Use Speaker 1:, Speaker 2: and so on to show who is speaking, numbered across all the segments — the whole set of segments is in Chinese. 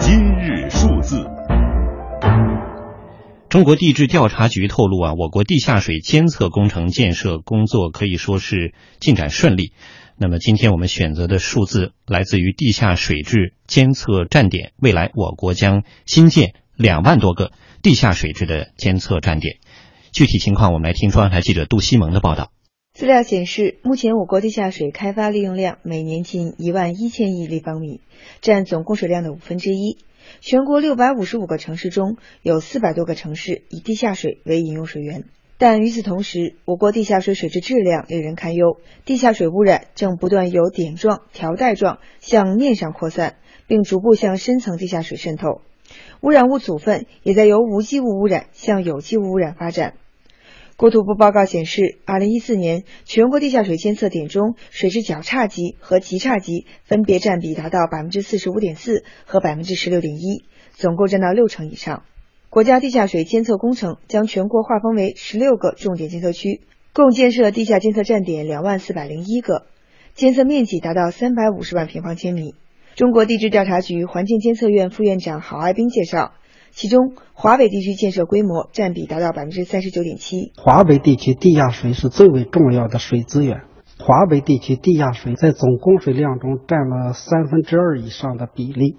Speaker 1: 史数字。
Speaker 2: 中国地质调查局透露啊，我国地下水监测工程建设工作可以说是进展顺利。那么今天我们选择的数字来自于地下水质监测站点，未来我国将新建两万多个地下水质的监测站点。具体情况，我们来听中央台记者杜西蒙的报道。
Speaker 3: 资料显示，目前我国地下水开发利用量每年近一万一千亿立方米，占总供水量的五分之一。全国六百五十五个城市中有四百多个城市以地下水为饮用水源，但与此同时，我国地下水水质质量令人堪忧，地下水污染正不断由点状、条带状向面上扩散，并逐步向深层地下水渗透。污染物组分也在由无机物污染向有机物污染发展。国土部报告显示，二零一四年全国地下水监测点中，水质较差级和极差级分别占比达到百分之四十五点四和百分之十六点一，总共占到六成以上。国家地下水监测工程将全国划分为十六个重点监测区，共建设地下监测站点两万四百零一个，监测面积达到三百五十万平方千米。中国地质调查局环境监测院副院长郝爱斌介绍。其中，华北地区建设规模占比达到百分之三十九点七。
Speaker 4: 华北地区地下水是最为重要的水资源。华北地区地下水在总供水量中占了三分之二以上的比例。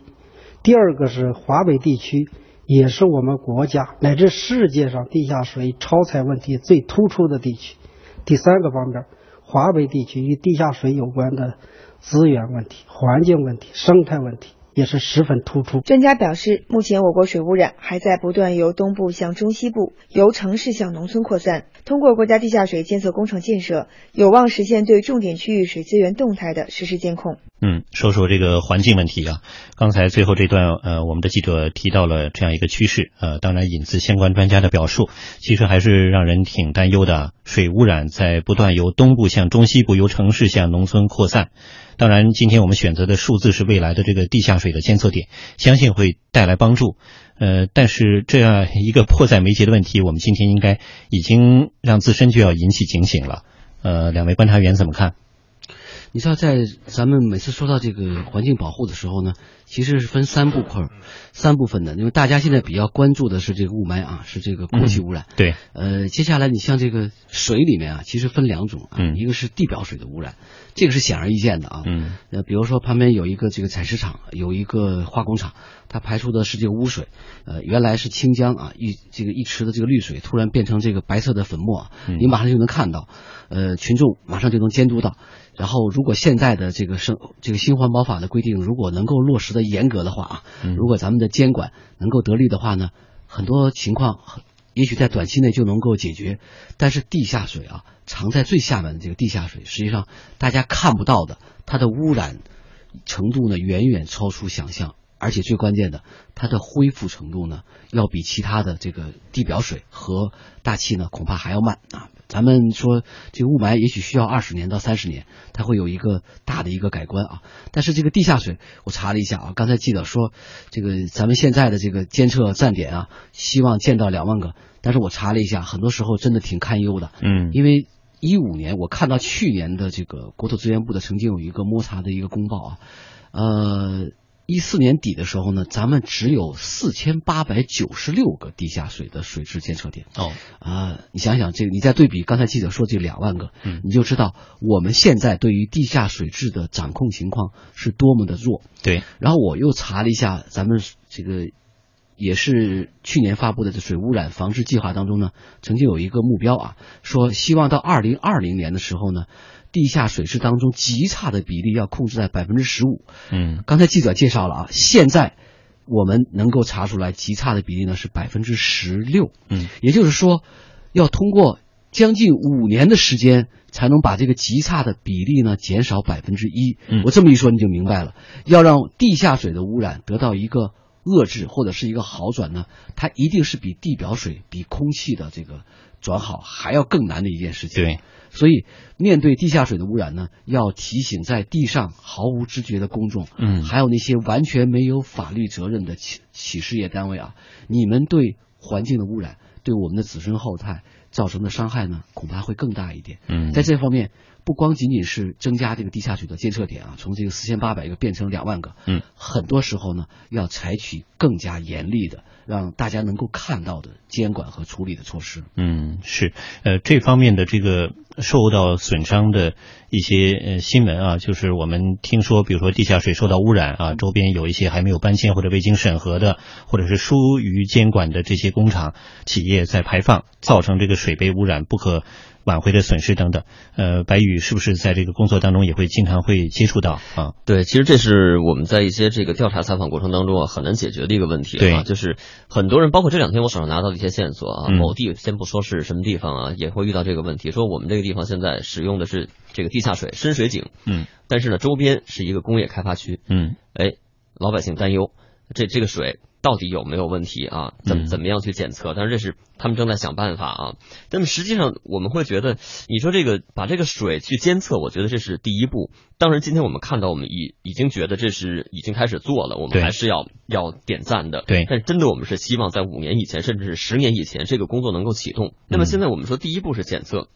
Speaker 4: 第二个是华北地区，也是我们国家乃至世界上地下水超采问题最突出的地区。第三个方面，华北地区与地下水有关的资源问题、环境问题、生态问题。也是十分突出。
Speaker 3: 专家表示，目前我国水污染还在不断由东部向中西部、由城市向农村扩散。通过国家地下水监测工程建设，有望实现对重点区域水资源动态的实时监控。
Speaker 2: 嗯，说说这个环境问题啊。刚才最后这段，呃，我们的记者提到了这样一个趋势，呃，当然引自相关专家的表述，其实还是让人挺担忧的、啊。水污染在不断由东部向中西部、由城市向农村扩散。当然，今天我们选择的数字是未来的这个地下水的监测点，相信会带来帮助。呃，但是这样一个迫在眉睫的问题，我们今天应该已经让自身就要引起警醒了。呃，两位观察员怎么看？
Speaker 5: 你知道，在咱们每次说到这个环境保护的时候呢，其实是分三部块、
Speaker 2: 嗯
Speaker 5: 三部分的。因为大家现在比较关注的是这个雾霾啊，是这个空气污染。
Speaker 2: 嗯、对。
Speaker 5: 呃，接下来你像这个水里面啊，其实分两种啊，
Speaker 2: 嗯、
Speaker 5: 一个是地表水的污染，这个是显而易见的啊。
Speaker 2: 嗯。
Speaker 5: 呃，比如说旁边有一个这个采石场，有一个化工厂，它排出的是这个污水。呃，原来是清江啊一这个一池的这个绿水，突然变成这个白色的粉末，啊
Speaker 2: 嗯、
Speaker 5: 你马上就能看到，呃，群众马上就能监督到。然后，如果现在的这个生这个新环保法的规定，如果能够落实的严格的话啊，如果咱们的监管能够得力的话呢，很多情况也许在短期内就能够解决。但是地下水啊，藏在最下面的这个地下水，实际上大家看不到的，它的污染程度呢远远超出想象，而且最关键的，它的恢复程度呢要比其他的这个地表水和大气呢恐怕还要慢啊。咱们说这个雾霾也许需要二十年到三十年，它会有一个大的一个改观啊。但是这个地下水，我查了一下啊，刚才记者说，这个咱们现在的这个监测站点啊，希望建到两万个。但是我查了一下，很多时候真的挺堪忧的。
Speaker 2: 嗯，
Speaker 5: 因为一五年我看到去年的这个国土资源部的曾经有一个摸查的一个公报啊，呃，一四年底的时候呢，咱们只有四千八百九十六个地下水的水质监测点。
Speaker 2: 哦，
Speaker 5: 啊，你想想这个，你再对比刚才记者说这两万个，
Speaker 2: 嗯
Speaker 5: 你就知道我们现在对于地下水质的掌控情况是多么的弱。
Speaker 2: 对，
Speaker 5: 然后我又查了一下，咱们这个也是去年发布的这水污染防治计划当中呢，曾经有一个目标啊，说希望到二零二零年的时候呢，地下水质当中极差的比例要控制在百分之十五。
Speaker 2: 嗯
Speaker 5: 刚才记者介绍了啊，现在我们能够查出来极差的比例呢是百分之十六。
Speaker 2: 嗯
Speaker 5: 也就是说，要通过将近五年的时间，才能把这个极差的比例呢减少百分之一
Speaker 2: 嗯。
Speaker 5: 我这么一说你就明白了，要让地下水的污染得到一个遏制或者是一个好转呢，它一定是比地表水、比空气的这个转好还要更难的一件事情。
Speaker 2: 对，
Speaker 5: 所以面对地下水的污染呢，要提醒在地上毫无知觉的公众，
Speaker 2: 嗯
Speaker 5: 还有那些完全没有法律责任的企企事业单位啊，你们对环境的污染，对我们的子孙后代，造成的伤害呢，恐怕会更大一点。
Speaker 2: 嗯，
Speaker 5: 在这方面，不光仅仅是增加这个地下水的监测点啊，从这个四千八百个变成两万个，
Speaker 2: 嗯，
Speaker 5: 很多时候呢，要采取更加严厉的，让大家能够看到的监管和处理的措施。
Speaker 2: 嗯，是，呃，这方面的这个受到损伤的一些呃新闻啊，就是我们听说，比如说地下水受到污染啊，周边有一些还没有搬迁或者未经审核的，或者是疏于监管的这些工厂、企业在排放，造成这个水被污染不可挽回的损失等等。呃，白宇是不是在这个工作当中也会经常会接触到啊？
Speaker 1: 对，其实这是我们在一些这个调查采访过程当中啊，很难解决的一个问题
Speaker 2: 对
Speaker 1: 啊，就是很多人，包括这两天我手上拿到的一些线索啊，
Speaker 2: 嗯
Speaker 1: 某地先不说是什么地方啊，也会遇到这个问题，说我们这个地方现在使用的是这个地下水深水井，
Speaker 2: 嗯，
Speaker 1: 但是呢，周边是一个工业开发区，
Speaker 2: 嗯
Speaker 1: 哎，老百姓担忧这这个水到底有没有问题啊？怎
Speaker 2: 嗯
Speaker 1: 么怎么样去检测？但是这是他们正在想办法啊。那么实际上我们会觉得，你说这个把这个水去监测，我觉得这是第一步。当然，今天我们看到我们已已经觉得这是已经开始做了，我
Speaker 2: 对
Speaker 1: 们还是要要点赞的。
Speaker 2: 对
Speaker 1: 但是真的我们是希望在五年以前，甚至是十年以前，这个工作能够启动。那
Speaker 2: 嗯
Speaker 1: 么现在我们说，第一步是检测。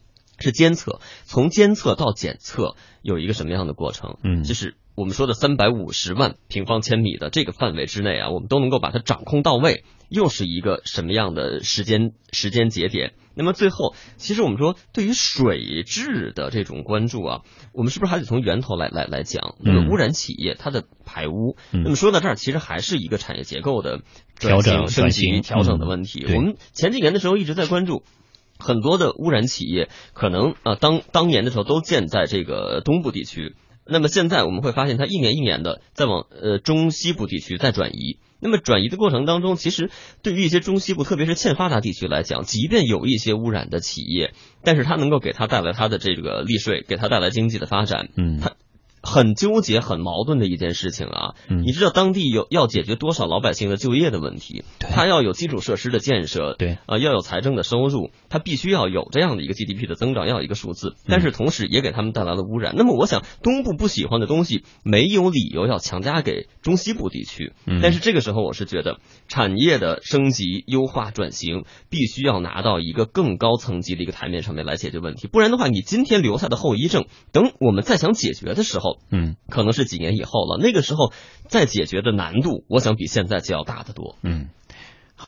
Speaker 1: 是监测，从监测到检测有一个什么样的过程？
Speaker 2: 嗯
Speaker 1: 就是我们说的三百五十万平方千米的这个范围之内啊，我们都能够把它掌控到位，又是一个什么样的时间时间节点？那么最后，其实我们说对于水质的这种关注啊，我们是不是还得从源头来来来讲？那么污染企业它的排污，
Speaker 2: 嗯
Speaker 1: 那么说到这儿，其实还是一个产业结构的
Speaker 2: 调整
Speaker 1: 转型升
Speaker 2: 转型
Speaker 1: 级、调整的
Speaker 2: 嗯
Speaker 1: 问题。
Speaker 2: 对
Speaker 1: 我们前几年的时候一直在关注。很多的污染企业可能啊、呃当当年的时候都建在这个东部地区，那么现在我们会发现它一年一年的在往呃中西部地区在转移。那么转移的过程当中，其实对于一些中西部，特别是欠发达地区来讲，即便有一些污染的企业，但是它能够给它带来它的这个利税，给它带来经济的发展，
Speaker 2: 嗯
Speaker 1: 它很纠结、很矛盾的一件事情啊。
Speaker 2: 嗯
Speaker 1: 你知道当地有要解决多少老百姓的就业的问题，
Speaker 2: 对
Speaker 1: 它要有基础设施的建设，
Speaker 2: 对，
Speaker 1: 啊、要有财政的收入，它必须要有这样的一个 GDP 的增长，要有一个数字，但
Speaker 2: 嗯
Speaker 1: 是同时也给他们带来了污染。那么我想，东部不喜欢的东西，没有理由要强加给中西部地区。
Speaker 2: 嗯
Speaker 1: 但是这个时候，我是觉得产业的升级、优化、转型，必须要拿到一个更高层级的一个台面上面来解决问题，不然的话，你今天留下的后遗症，等我们再想解决的时候，
Speaker 2: 嗯
Speaker 1: 可能是几年以后了。那个时候再解决的难度，我想比现在就要大得多。
Speaker 2: 嗯，